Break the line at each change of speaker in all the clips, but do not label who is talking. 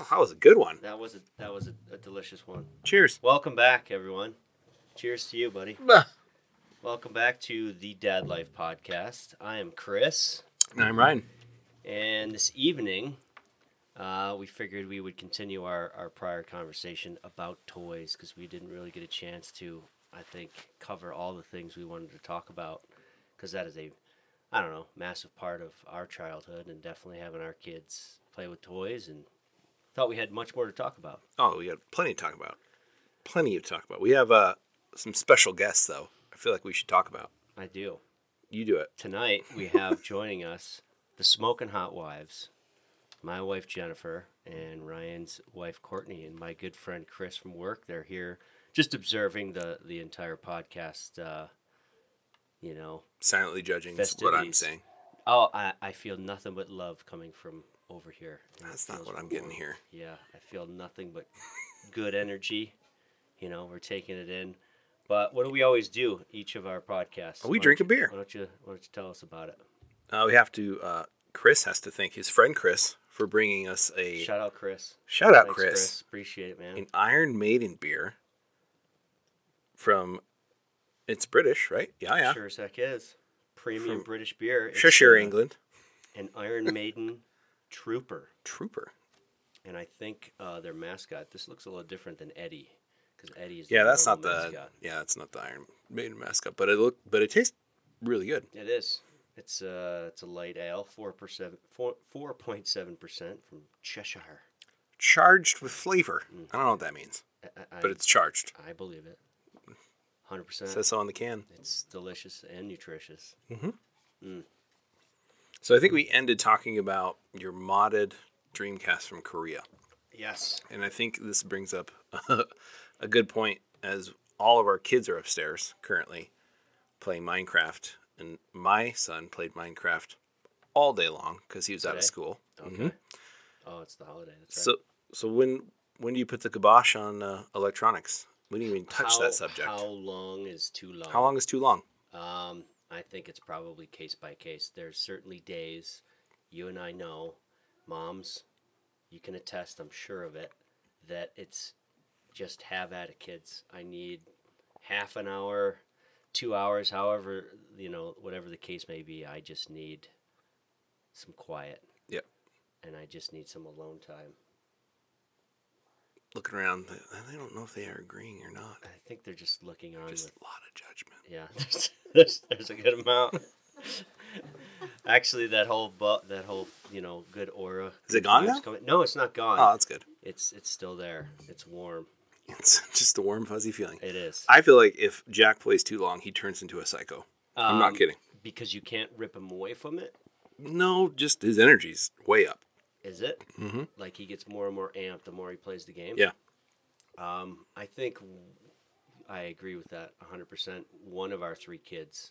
Oh, that was a good one.
That was a that was a, a delicious one.
Cheers.
Welcome back, everyone. Cheers to you, buddy. Welcome back to the Dad Life Podcast. I am Chris,
And I'm Ryan.
and this evening, uh, we figured we would continue our, our prior conversation about toys because we didn't really get a chance to, I think, cover all the things we wanted to talk about because that is a, I don't know, massive part of our childhood and definitely having our kids play with toys and thought we had much more to talk about.
Oh, we got plenty to talk about. Plenty to talk about. We have uh, some special guests, though. I feel like we should talk about.
I do.
You do it.
tonight we have joining us the smoking hot wives my wife jennifer and ryan's wife courtney and my good friend chris from work they're here just observing the the entire podcast uh you know
Silently judging is what I'm
Festivities.
saying.
oh i i feel nothing but love coming from over here and it
That's not
feels
what I'm getting
warm.
here.
yeah i feel nothing but good energy you know we're taking it in but what do we always do each of our podcasts
We
Why don't
drink a
you-
beer.
why don't you why don't you tell us about it
Uh, we have to. Uh, Chris has to thank his friend Chris for bringing us a shout,
shout out chris
out,
Thanks,
Chris,
Appreciate it, man.
an Iron Maiden beer from. It's British, right? Yeah, yeah.
Sure as heck is. Premium
From
British beer. It's,
Cheshire,
uh,
England.
An Iron Maiden trooper.
Trooper.
And I think uh, their mascot, this looks a little different than Eddie. Because Eddie is
Yeah, that's not
normal
the.
mascot.
Yeah, that's not the Iron Maiden mascot, but it look, but it tastes really good.
It is. It's, uh, it's a light ale, 4%, 4.7% from Cheshire.
Charged with flavor.
Mm.
I don't know what that means,
I, I,
but it's charged.
I believe it. 100%.
It says so on the can.
it's delicious and nutritious.
So I think we ended talking about your modded Dreamcast from Korea.
Yes.
And I think this brings up a good point as all of our kids are upstairs currently playing Minecraft. And my son played Minecraft all day long because he was out of
Today?
school.
Okay. Oh, it's the holiday. That's right.
So, so when when do you put the kibosh on uh, electronics? We didn't even touch
How-
that subject.
How
How,
long is too long?
long is too long?
Um, I think it's probably case by case. There's certainly days you and I know, moms, you can attest, I'm sure of it, that it's just have at it, kids. I need half an hour, two hours, however, you know, whatever the case may be. I just need some quiet
Yep.
and I just need some alone time.
Looking around, I don't know if they are agreeing or not.
I think they're just looking on
Just
with
a lot of judgment.
Yeah, there's, there's, there's a good amount. Actually, that whole bu- that whole you know good aura.
Is
good
it gone
vibes
now?
coming- No, it's not gone.
Oh, that's good.
It's it's still there. It's warm.
It's just a warm, fuzzy feeling.
It is.
I feel like if Jack plays too long, he turns into a psycho. I'm not
Um,
kidding.
Because you can't rip him away from it.
No, just his energy's way up.
Is it?
Mm-hmm.
Like he gets more and more amped the more he plays the game.
Yeah.
Um, I think w- I agree with that 100%. One of our three kids,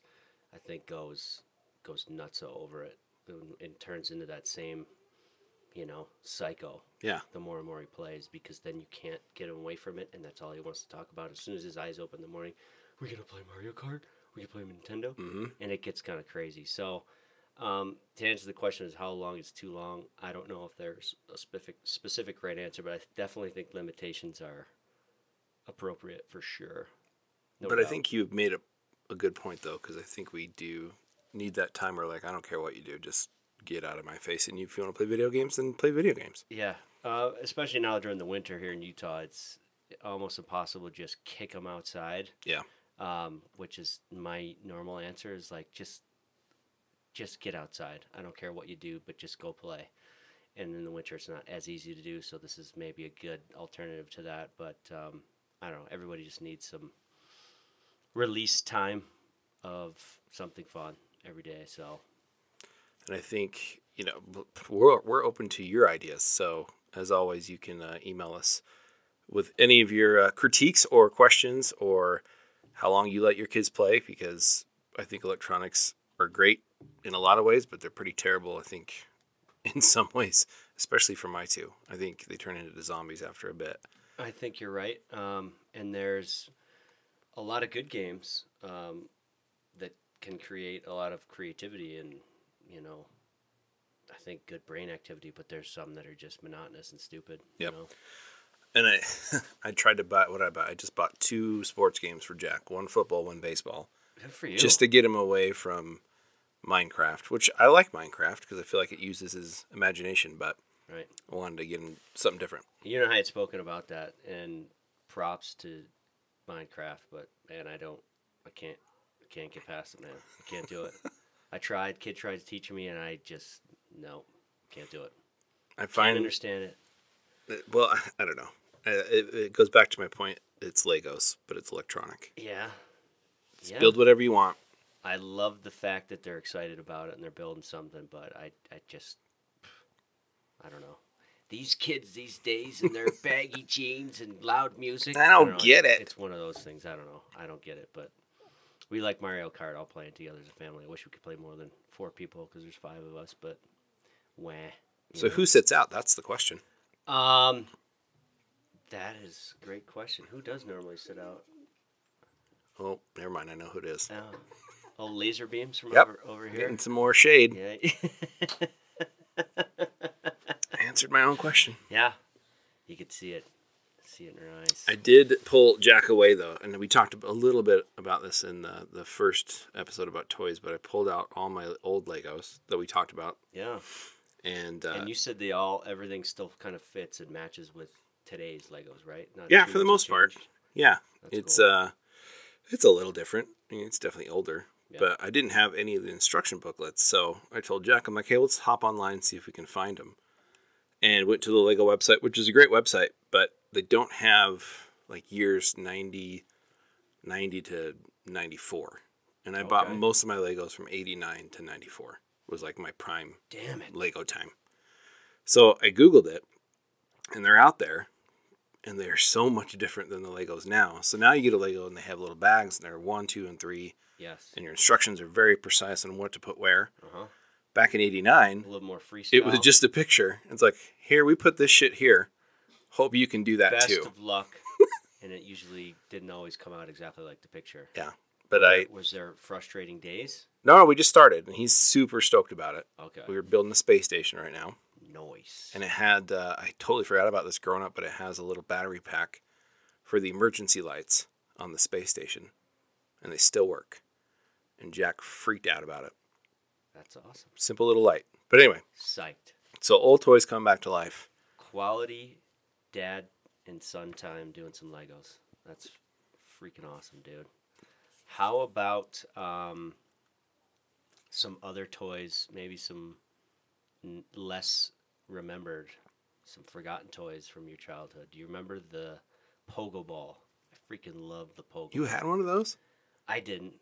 I think, goes goes nuts over it and, and turns into that same, you know, psycho.
Yeah.
The more and more he plays, because then you can't get him away from it, and that's all he wants to talk about. As soon as his eyes open in the morning, we gonna play Mario Kart. We can play Nintendo,
Mm-hmm.
and it gets kind of crazy. So, um, to answer the question is how long is too long? I don't know if there's a specific specific right answer, but I definitely think limitations are appropriate for sure. No
but I
doubt.
think you've made a, a good point though, because I think we do need that time where like I don't care what you do, just get out of my face. And if you want to play video games, then play video games.
yeah, uh, especially now during the winter here in Utah, it's almost impossible to just kick them outside.
Yeah.
um, which is my normal answer is like just just get outside i don't care what you do but just go play and in the winter it's not as easy to do so this is maybe a good alternative to that but um, i don't know everybody just needs some release time of something fun every day so
And I think you know b- we're we're open to your ideas. So as always, you can uh, email us with any of your uh, critiques or questions or how long you let your kids play because I think electronics are great in a lot of ways, but they're pretty terrible. I think in some ways, especially for my two, I think they turn into zombies after a bit.
I think you're right. Um, and there's a lot of good games um, that can create a lot of creativity and, you know, I think good brain activity, but there's some that are just monotonous and stupid.
Yep.
You know?
and I I tried to buy what did I buy. I just bought two sports games for Jack, one football, one baseball,
Good for you.
just to get him away from Minecraft, which I like Minecraft because I feel like it uses his imagination, but
right.
I wanted to get him something different.
You and I had spoken about that, and props to Minecraft, but man, I don't, I can't, I can't get past it, man. I can't do it. I tried. Kid tried to teach me, and I just no, can't do it.
I
Can't
find
understand it.
that- well, I- I don't know. Uh, It, it goes back to my point. It's Legos, but it's electronic.
Yeah. yeah.
Build whatever you want.
I love the fact that they're excited about it and they're building something, but I, I just, I don't know. These kids these days and their baggy jeans and loud music.
I don't
know,
get
it's-
it.
It's one of those things. I don't know. I don't get it, but we like Mario Kart. I'll play it together as a family. I wish we could play more than four people because there's five of us, but wah. you
So
know?
who sits out? That's the question.
Um, that is a great question. Who does normally sit out?
Oh, never mind. I know who it is.
Oh, oh laser beams from
Yep.
over, over here.
Getting some more shade.
Yeah.
I answered my own question.
Yeah, you could see it, see it in her eyes.
I did pull Jack away though, and we talked a little bit about this in the, the first episode about toys. But I pulled out all my old Legos that we talked about,
yeah,
and, uh,
and you said they all everything still kind of fits and matches with today's Legos, right? Not
Yeah,
too
for the
much
most
has
part.
changed.
yeah,
That's
it's
cool.
uh, it's a little different. I mean, it's definitely older,
Yeah.
but I didn't have any of the instruction booklets, so I told Jack, I'm like, hey, let's hop online and see if we can find them, and went to the Lego website, which is a great website, but they don't have like years 90, 90 to ninety four. And I bought
Okay.
most of my Legos from eighty nine to ninety four was like my prime
damn it.
Lego time. So I Googled it and they're out there and they're so much different than the Legos now. So now you get a Lego and they have little bags and they're one, two, and three,
Yes.
and your instructions are very precise on what to put where.
Uh huh.
Back in
A
89,
little more freestyle.
it was just a picture. It's like, here, we put this shit here. Hope you can do that
best
too.
of luck, and it usually didn't always come out exactly like the picture.
But I,
Was there frustrating days?
no, we just started and he's super stoked about it.
Okay.
We were building a space station right now.
Noise.
and it had uh, I totally forgot about this growing up, but it has a little battery pack for the emergency lights on the space station, and they still work. And Jack freaked out about it.
That's awesome.
Simple little light, but anyway,
Psyched.
so old toys come back to life.
quality dad and son time doing some Legos. That's freaking awesome, dude. How about um, some other toys, maybe some n- less remembered, some forgotten toys from your childhood? Do you remember the pogo ball? I freaking love the pogo.
You
ball.
had one of those?
I didn't.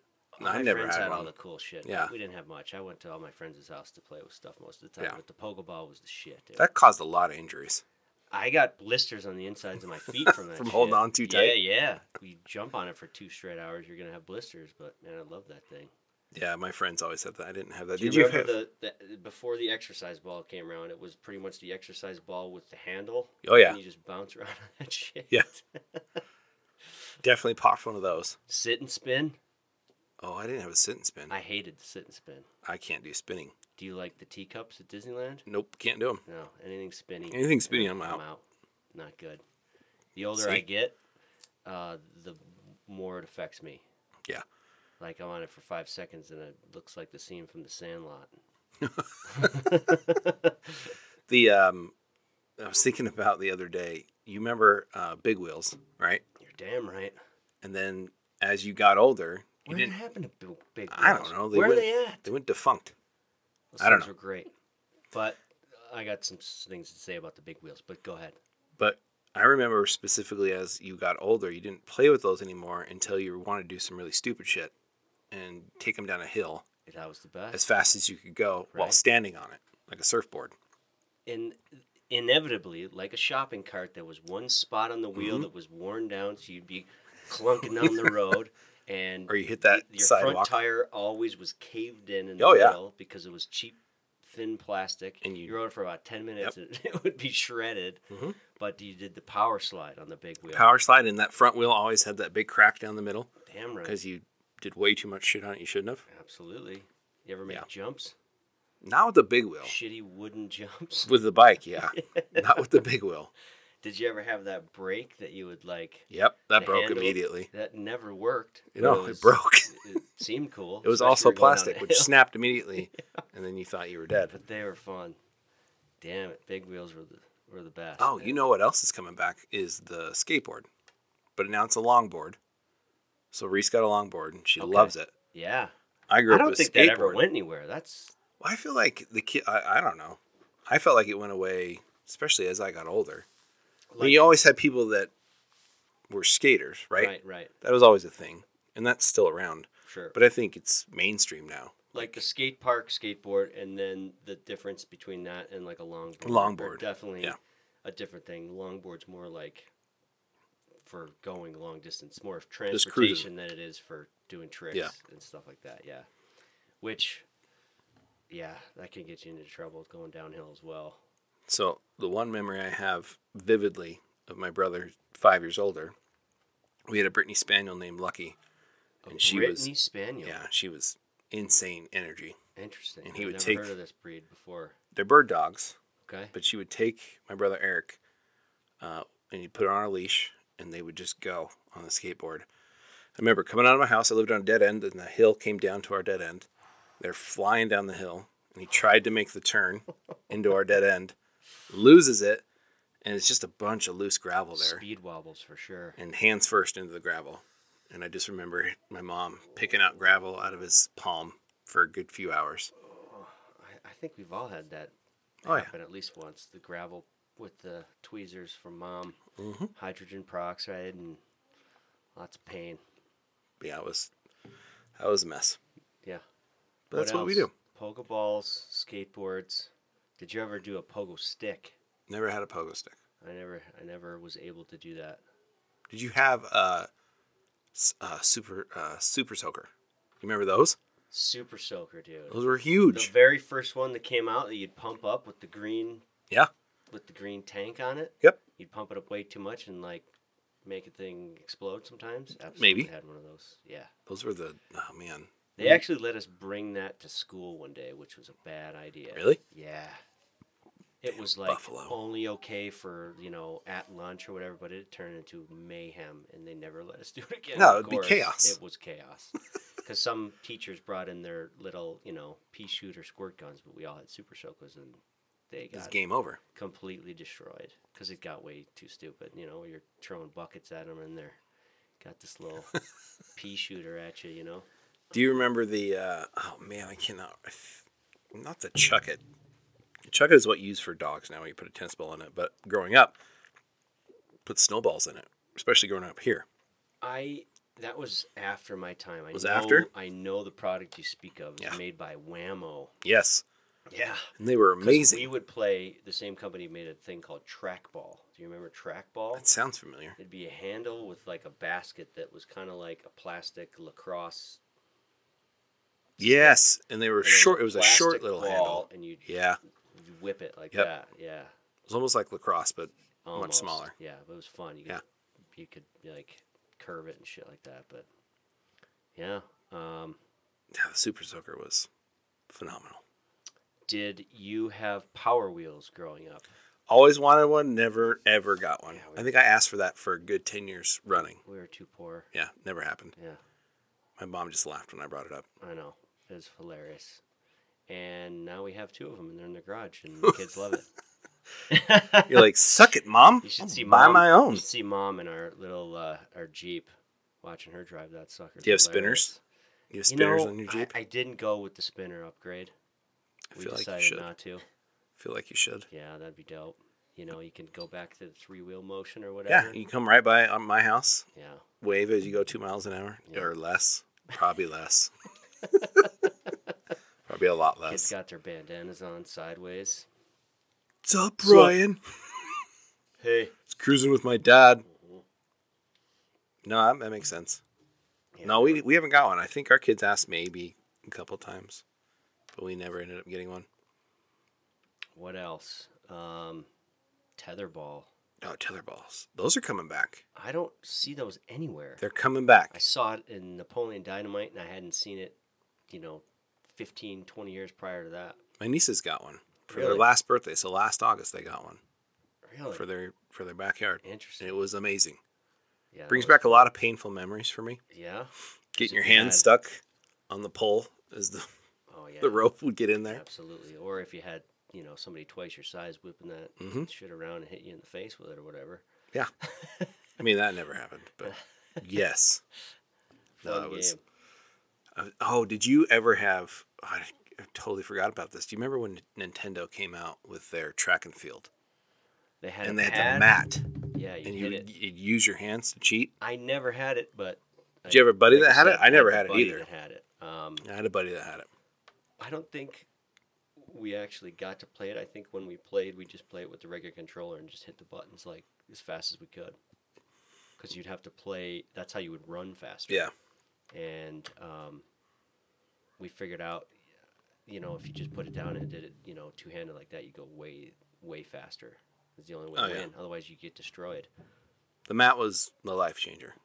No, I never
friends
had
all
one.
the cool shit.
Yeah.
We didn't have much. I went to all my friends' house to play with stuff most of the time,
Yeah.
but the pogo ball was the shit, dude.
That caused a lot of injuries.
I got blisters on the insides of my feet from that.
From
shit.
holding on too
Yeah,
tight?
yeah. You jump on it for two straight hours, you're gonna have blisters. But man, I love that thing.
Yeah, my friends always had that. I didn't have that.
Do you
Did you, have?
remember the, the before the exercise ball came around? It was pretty much the exercise ball with the handle.
oh yeah,
And you just bounce around on that shit.
Yeah. definitely popped one of those.
Sit and spin.
Oh, I didn't have a sit and spin.
I hated the sit and spin.
I can't do spinning.
Do you like the teacups at Disneyland?
Nope, can't do them.
No, anything spinny.
Anything spinny, I'm
I'm
out.
out. Not good. The older
See?
I get, uh, the more it affects me.
Yeah.
Like I'm on it for five seconds and it looks like the scene from The Sandlot.
The um, I was thinking about the other day. You remember uh, Big Wheels, right?
You're damn right.
And then as you got older, you
What
didn't.
happened to Big, Big
I don't
Wheels?
know, they
Where
went-
are they at?
They went defunct.
Those
I don't
things
know.
were great. But I got some s- things to say about the Big Wheels, but go ahead.
But I remember specifically as you got older, you didn't play with those anymore until you wanted to do some really stupid shit and take them down a hill
That was the best.
as fast as you could go while
Right.
standing on it like a surfboard.
and inevitably, like a shopping cart, there was one spot on the wheel
Mm-hmm.
that was worn down, so you'd be clunking down the road, and
Or you hit that
your
sidewalk.
front tire always was caved in in the
Oh, yeah.
wheel because it was cheap, thin plastic,
And you-
rode it for about ten minutes, and it would be shredded.
Mhm.
But you did the power slide on the big wheel.
Power slide and that front wheel always had that big crack down the middle
Damn right,
because you did way too much shit on it you shouldn't have.
absolutely. You ever make
Yeah.
jumps?
Not with the big wheel.
Shitty wooden jumps.
With the bike, yeah. Not with the big wheel.
Did you ever have that break that you would like?
Yep, that
The
broke
handle.
immediately.
That never worked.
You
but
know, it broke.
It seemed cool.
It was
especially
also
if you were going down
plastic,
a
which
hill.
snapped immediately, and then you thought you were dead.
But they were fun. Damn it, big wheels were the were the best.
Oh,
man.
you know what else is coming back is the skateboard, but now it's a longboard. So Reese got a longboard, and she
Okay.
loves it.
Yeah.
I grew
I
up
don't
with
think
skateboard.
that ever went anywhere. That's
Well, I feel like the kid. I, I don't know. I felt like it went away, especially as I got older. I mean,
Like-
you always had people that were skaters, right?
right, right.
That was always a thing, and that's still around.
Sure.
But I think it's mainstream now.
like the skate park skateboard and then the difference between that and like a longboard. are
Longboard,
Definitely
yeah.
a different thing. Longboard's more like for going long distance, more of
Just cruising.
transportation than it is for doing tricks
Yeah.
and stuff like that. Yeah. Which yeah, that can get you into trouble going downhill as well.
So the one memory I have vividly of my brother, five years older, we had a Brittany Spaniel named Lucky,
A
and she was
Oh, Brittany Spaniel.
yeah, she was insane energy.
Interesting.
And he
I've
would
never
take-
heard of this breed before.
They're bird dogs,
Okay.
but she would take my brother Eric, uh, and he'd put her on a leash, and they would just go on the skateboard. I remember coming out of my house. I lived on a dead end, and the hill came down to our dead end. They're flying down the hill, and he tried to make the turn into our dead end, loses it, and it's just a bunch of loose gravel there.
Speed wobbles for sure.
and hands first into the gravel. And I just remember my mom picking out gravel out of his palm for a good few hours.
I, I think we've all had that
Oh, yeah.
happen at least once. The gravel with the tweezers from mom,
Mhm.
hydrogen peroxide, and lots of pain.
But yeah, it was that was a mess.
Yeah.
But that's what we
else?
do.
Pogo balls, skateboards. Did you ever do a pogo stick?
Never had a pogo stick.
I never, I never was able to do that.
Did you have a, a super uh, super soaker? You remember those?
Super soaker, dude.
Those were
The
huge.
very first one that came out that you'd pump up with the green,
Yeah.
with the green tank on it.
Yep.
You'd pump it up way too much and like make a thing explode sometimes. Absolutely
Maybe.
had one of those. Yeah.
Those were the oh man.
They actually let us bring that to school one day, which was a bad idea.
Really?
Yeah. It was like
Buffalo.
only okay for, you know, at lunch or whatever, but it turned into mayhem and they never let us do it again.
No,
of
it'd be
course.
chaos.
It was chaos. Because some teachers brought in their little, you know, pea shooter squirt guns, but we all had super soakers and they
It's
got
game over.
completely destroyed because it got way too stupid. You know, you're throwing buckets at them and they're got this little pea shooter at you, you know?
Do you remember the? Uh, oh man, I cannot. I f- Not the chuck it. Chuck it is what you use for dogs now. When you put a tennis ball in it, but growing up, put snowballs in it, especially growing up here.
I that was after my time. I
Was
know,
after?
I know the product you speak of. It was
Yeah.
made by Whammo.
Yes,
Yeah,
and they were
We
amazing.
would play. The same company made a thing called trackball. Do you remember trackball?
That sounds familiar.
It'd be a handle with like a basket that was kind of like a plastic lacrosse.
Yes, and they were
and was
short.
a
It was a
plastic
short little
ball,
handle.
and you
Yeah, it
would whip it like
Yep.
that. Yeah,
was almost like lacrosse, but
almost.
smaller.
Yeah, but it was fun. You could,
Yeah.
you could like curve it and shit like that. But yeah, um,
yeah, the super soaker was phenomenal.
Did you have Power Wheels growing up?
Always wanted one. Never ever got one.
Yeah, we-
I think I asked for that for a good ten years running.
We were too poor.
Yeah, never happened.
Yeah,
My mom just laughed when I brought it up.
I know. It's hilarious. And now we have two of them, and they're in the garage, and the kids love it.
You're like, suck it, mom.
you should
I'll
see
buy
mom,
my
You
own.
should see mom in our little uh, our Jeep, watching her drive that sucker. It's
Do you have
hilarious.
spinners? You have
You
spinners
know,
on your Jeep?
I, I didn't go with the spinner upgrade.
I
We
feel like you
decided
should.
not to.
feel like you should.
Yeah, that'd be dope. You know, you can go back to the three wheel motion or
Yeah,
whatever.
you come right by on my house,
yeah.
wave as you go two miles an hour
Yeah.
or less, probably less. probably a lot
Kids
less.
got their bandanas on sideways.
What's up,
So-
Brian?
Hey.
It's cruising with my dad. No, that, that makes sense.
Mm-hmm. Yeah,
no, we we haven't got one. I think our kids asked maybe a couple times, but we never ended up getting one.
What else? Um, tetherball.
No, tether balls. Those are coming back.
I don't see those anywhere.
They're coming back.
I saw it in Napoleon Dynamite, and I hadn't seen it, you know, 15, 20 years prior to that.
My nieces got one for their
Really?
last birthday. So last August they got one
Really?
for their for their backyard.
Interesting.
It was amazing.
Yeah. that
Brings
was-
back a lot of painful memories for me.
Yeah.
Getting
it
your hand
bad?
stuck on the pole as the,
Oh yeah.
the rope would get in there.
Absolutely. Or if you had, you know, somebody twice your size whipping that
Mhm.
shit around and hit you in the face with it or whatever.
I mean that never happened, but yes. No,
Fun
it was
game.
I- Oh, did you ever have? I I totally forgot about this. Do you remember when Nintendo came out with their track and field,
They had
and
a
they had the
pad.
mat,
Yeah, you
and you
hit
would
it.
you'd use your hands to cheat?
I never had it, but
Did you have a buddy
like
that had it?
said,
I never
a
had it
buddy
either.
That had it. Um,
I had a buddy that had it.
I don't think we actually got to play it. I think when we played, we just played it with the regular controller and just hit the buttons like as fast as we could. Because you'd have to play. That's how you would run faster.
Yeah,
and um, we figured out, you know, if you just put it down and did it, you know, two handed like that, you go way, way faster. It's the only way
Oh,
to
yeah.
win. Otherwise, you get destroyed.
the mat was the life changer.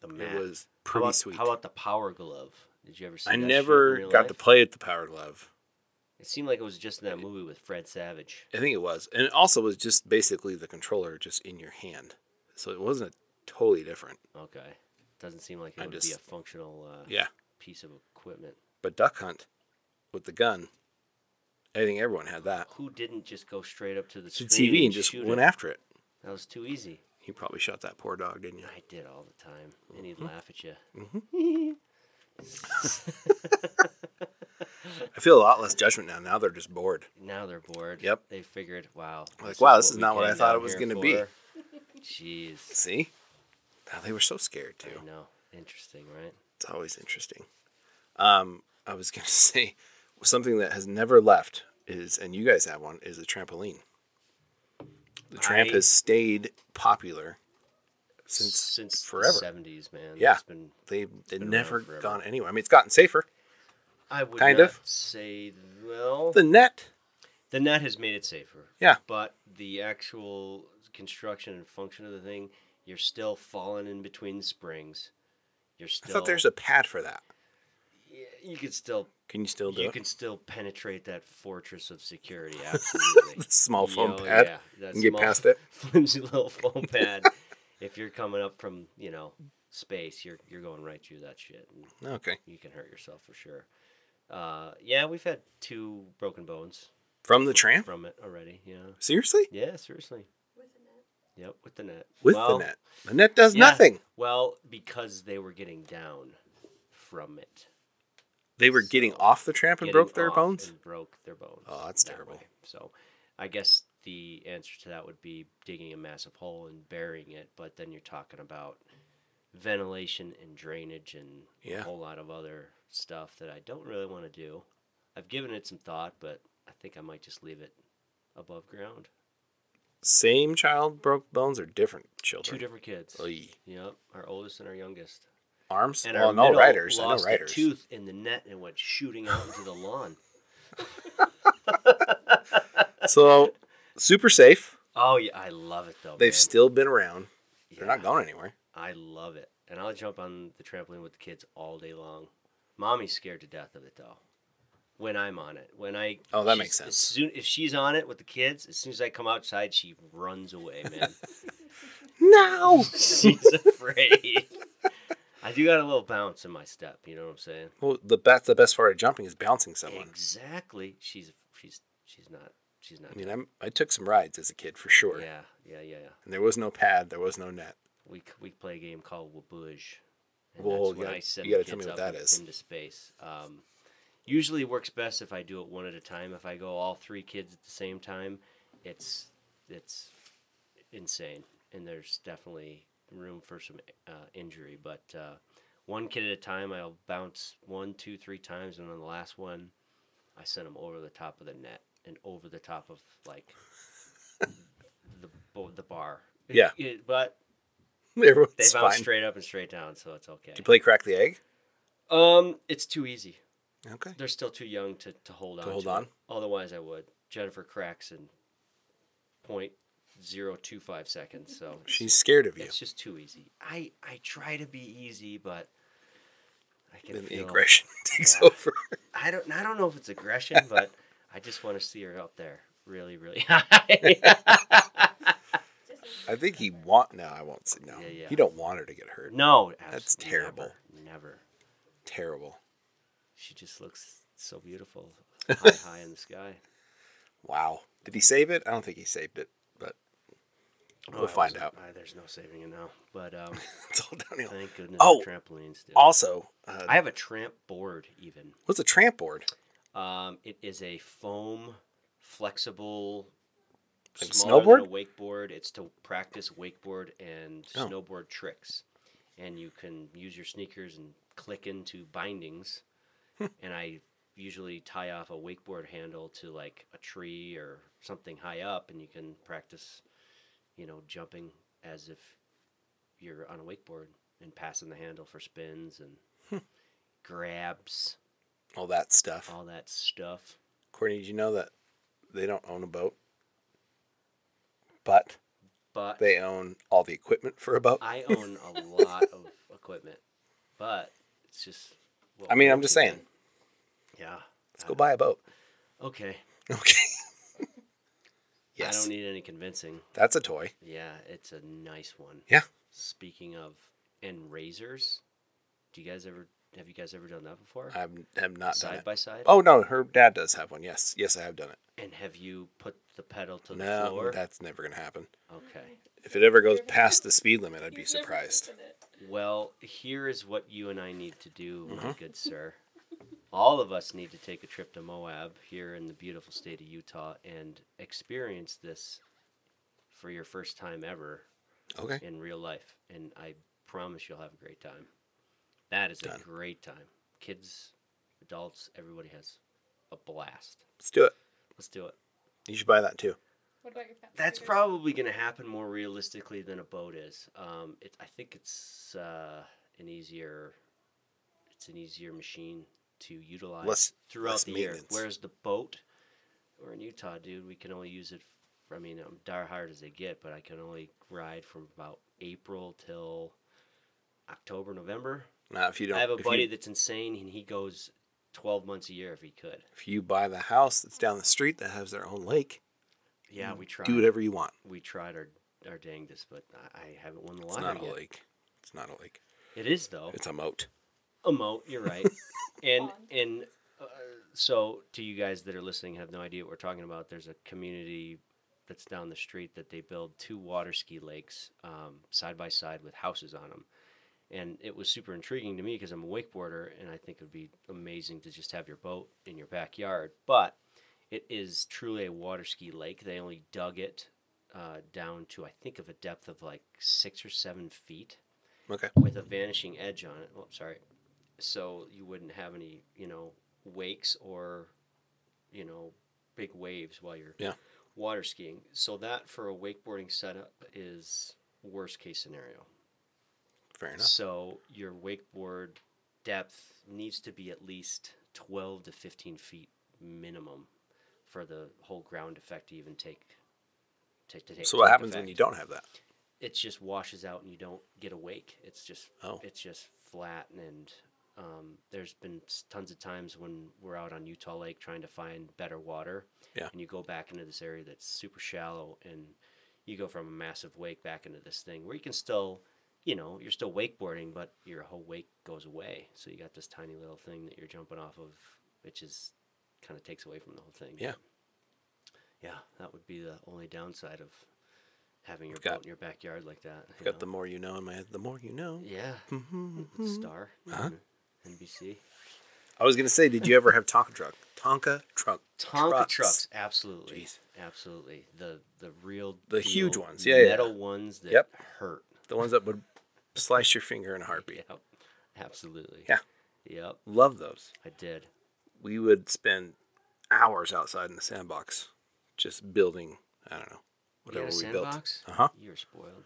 The
It
mat.
was
how
pretty
about,
sweet.
How about the power glove? Did you ever see?
I
that shit in
never
real
got
life?
to play at the Power Glove.
It seemed like it was just in that movie with Fred Savage.
I think it was, and it also was just basically the controller just in your hand, so it wasn't totally different.
Okay, doesn't seem like it
I
would be
just-
a functional uh,
Yeah,
piece of equipment.
but Duck Hunt with the gun, I think everyone had that.
Who didn't just go straight up to the
to
screen
TV and just
shoot
went
it?
after it.
That was too easy.
You probably shot that poor dog, didn't you?
I did all the time, and
Mm-hmm.
he'd laugh at you.
I feel a lot less judgment now. Now they're just bored.
now they're bored.
Yep.
They figured, wow.
Like, wow, this is
we
not what I
came
thought
down
it was
here
gonna be.
for. Jeez.
See? Now they were so scared too.
I know. Interesting, right?
It's always interesting. Um, I was gonna say something that has never left is, and you guys have one, is a trampoline. The tramp
I-
has stayed popular since
Since
forever.
the 70s, man.
Yeah.
It's been,
They they've
around
never
forever.
gone anywhere. I mean, it's gotten safer.
I would
Kind
not
of.
say, well,
The
the,
net.
net has made it safer.
Yeah.
But the actual construction and function of the thing, you're still falling in between springs. You're
I
still.
thought there's a pad for that.
Yeah, You could still
Can you still do
you
it?
can still penetrate that fortress of security. Absolutely.
Small foam
Yo,
pad.
Yeah, that
and get
small
past it.
Flimsy little foam pad. if you're coming up from you know space, you're you're going right through that shit, and
Okay.
you can hurt yourself for sure. Uh, yeah, we've had two broken bones
From the tramp?
from it already. Yeah,
Seriously?
yeah, seriously. Yep, with the net.
With
Well,
the net. The net does
yeah.
nothing.
Well, because they were getting down from it.
They were getting off the tramp and
getting
broke their
off
bones.
and broke their bones.
Oh, that's
that
terrible.
way. So, I guess the answer to that would be digging a massive hole and burying it, but then you're talking about ventilation and drainage and
Yeah.
a whole lot of other stuff that I don't really want to do. I've given it some thought, but I think I might just leave it above ground.
Same child broke bones or different children?
Two different kids.
Oy.
Yep, our oldest and our youngest.
Arms?
And
well,
our
no
middle
riders. I know
lost a
riders.
tooth in the net and went shooting out into the lawn.
so, super safe.
Oh yeah, I love it though.
They've
man.
still been around. They're
Yeah.
not going anywhere.
I love it. And I'll jump on the trampoline with the kids all day long. Mommy's scared to death of it though. When I'm on it. When I
Oh, that
she's-
makes sense.
As soon if she's on it with the kids, as soon as I come outside, she runs away, man.
No.
she's afraid. I do got a little bounce in my step, you know what I'm saying?
well, the that's the best part of jumping is bouncing someone.
Exactly. She's she's she's not she's not
I mean, I'm, I took some rides as a kid for sure.
Yeah, yeah, yeah, yeah.
And there was no pad. There was no net.
we c- we play a game called Wabuj.
Well, you gotta- you gotta tell me what that is.
Into space. Um, usually works best if I do it one at a time. If I go all three kids at the same time, it's it's insane, and there's definitely room for some uh, injury. But uh, one kid at a time, I'll bounce one, two, three times, and on the last one, I send him over the top of the net and over the top of like the bo- the bar.
Yeah.
It- but
Everyone's
they bounce
fine.
straight up and straight down, so it's okay.
Did you play crack the egg?
Um, it's too easy.
Okay.
They're still too young to, to hold on.
hold
it.
on?
Otherwise, I would. Jennifer cracks in point zero two five seconds, so it's-
She's scared of you.
it's just too easy. I I try to be easy, but I can
Then the
feel
aggression takes
Yeah.
over.
I don't I don't know if it's aggression, but I just want to see her up there really, really high.
Just as
I
much
think he
effort.
want. No, I won't say no.
Yeah, yeah.
You don't want her to get hurt.
no,
That's
absolutely
terrible.
Never, never.
Terrible.
She just looks so beautiful, high, high in the sky.
Wow. Did he save it? I don't think he saved it, but We'll
I
find
Oh, wasn't-
out.
I- there's no saving it now, but um,
it's all downhill.
thank goodness
Oh.
for trampolines. Dude.
Also, uh,
I have a tramp board even.
what's a tramp board?
Um, it is a foam, flexible,
Like
smaller than a
snowboard?
wakeboard. It's to practice wakeboard and
Oh.
snowboard tricks, and you can use your sneakers and click into bindings.
Hmm.
and I usually tie off a wakeboard handle to like a tree or something high up, and you can practice, you know, jumping as if you're on a wakeboard and passing the handle for spins and
Hmm.
grabs,
All that stuff.
all that stuff.
Courtney, did you know that they don't own a boat, but
But
they own all the equipment for a boat?
I own a lot of equipment, but it's just. what
I mean,
we're
I'm just
into, man.
saying.
Yeah.
Let's go buy a boat.
Okay.
Okay.
I
yes,
don't need any convincing.
that's a toy.
Yeah, it's a nice one.
Yeah.
Speaking of, and razors. Do you guys ever have you guys ever done that before?
I have not done
side
it.
by side.
Oh no, her dad does have one. Yes, yes, I have done it.
And have you put the pedal to the
no,
floor?
that's never gonna happen.
Okay.
If it ever goes past the speed limit, I'd be
You've never
surprised.
driven it.
Well, here is what you and I need to do, my good sir. All of us need to take a trip to Moab here in the beautiful state of Utah and experience this for your first time ever
Okay.
in real life. And I promise you'll have a great time. That is
Done.
a great time. Kids, adults, everybody has a blast.
Let's do it.
Let's do it.
You should buy that too.
What about your fat
That's
fingers?
probably going to happen more realistically than a boat is. Um, it, I think it's uh, an easier, it's an easier machine to utilize
Less-
throughout
less
the year.
maintenance.
Whereas the boat, we're in Utah, dude. We can only use it. f- I mean, I'm dar hard as they get, but I can only ride from about April till October, November.
Now, if you don't,
I have a
if
buddy
you,
that's insane, and he goes twelve months a year if he could.
if you buy the house that's down the street that has their own lake,
Yeah, we tried.
Mm. do whatever you want.
We tried our our dangest, but I, I haven't won the
It's
lottery
not a
yet.
lake. It's not a lake.
It is though.
It's a moat.
a moat. You're right. and
Pond.
and uh, so to you guys that are listening, have no idea what we're talking about. There's a community that's down the street that they build two water ski lakes um, side by side with houses on them. And it was super intriguing to me because I'm a wakeboarder, and I think it would be amazing to just have your boat in your backyard. But it is truly a water ski lake. They only dug it uh, down to I think of a depth of like six or seven feet
Okay.
with a vanishing edge on it. Oh, sorry. So you wouldn't have any, you know, wakes or, you know, big waves while you're
Yeah.
water skiing. So that for a wakeboarding setup is worst case scenario.
Fair enough.
So your wakeboard depth needs to be at least 12 to 15 feet minimum for the whole ground effect to even take. To, to take
So what
take
happens when
effect
you don't have that?
it just washes out and you don't get a wake. It's just
Oh.
it's just flat and um, there's been s- tons of times when we're out on Utah Lake trying to find better water,
Yeah.
and you go back into this area that's super shallow, and you go from a massive wake back into this thing where you can still, you know, you're still wakeboarding, but your whole wake goes away. So you got this tiny little thing that you're jumping off of, which is kind of takes away from the whole thing.
Yeah.
yeah, that would be the only downside of having your
Got-
boat in your backyard like that. you
I've got
know?
the more you know in my head, the more you know.
yeah
Mhm.
star
Huh?
mhm, NBC
I was gonna say, did you ever have Tonka truck? Tonka truck.
Tonka
Trucks.
trucks, absolutely,
Jeez.
absolutely the the real
The
deal
huge ones, yeah, yeah.
metal ones that
Yep.
hurt.
The ones that would slice your finger in a heartbeat.
Yep, absolutely.
Yeah.
Yep,
Love those.
I did.
We would spend hours outside in the sandbox, just building. I don't know,
You
whatever
had a
we
sandbox.
built. Uh huh.
You were spoiled.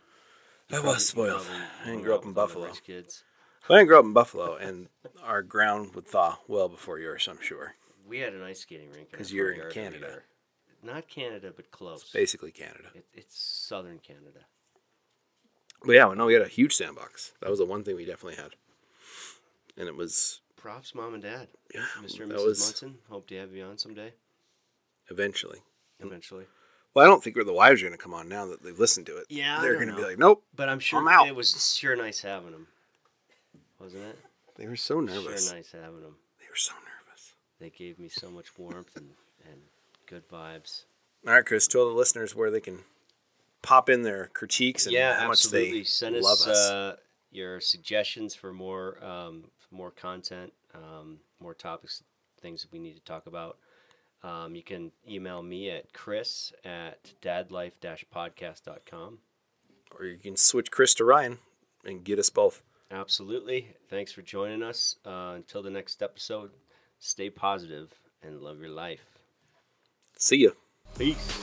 I was spoiled.
Probably
I
grew
didn't grow up in
with all the
Buffalo.
Rich kids.
But I didn't grow up in Buffalo, and our ground would thaw well before yours, I'm sure.
We had an ice skating rink in our
'Cause you're in
front yard every
Canada.
year. Not Canada, but close.
Basically Canada.
It, it's southern Canada.
But yeah, no, we had a huge sandbox. That was the one thing we definitely had, and it was
props, mom and dad.
Yeah,
Mr. and
that
Mrs.
was-
Munson, hope to have you on someday,
eventually.
eventually.
Well, I don't think the wives are going to come on now that they've listened to it.
Yeah, I
they're
don't
going to be
know.
like, nope.
But I'm sure
I'm out.
it was sure nice having them, wasn't it?
They were so nervous.
Sure nice having them.
They were so nervous.
They gave me so much warmth and, and good vibes.
All right, Chris, tell the listeners where they can pop in their critiques and
yeah,
how much
absolutely.
they
Send
love
us,
us.
Uh, your suggestions for more um, more content, um, more topics, things that we need to talk about. Um, you can email me at chris at dadlife-podcast.com.
or you can switch Chris to Ryan and get us both.
Absolutely. Thanks for joining us. Uh, until the next episode, stay positive and love your life.
See ya.
Peace.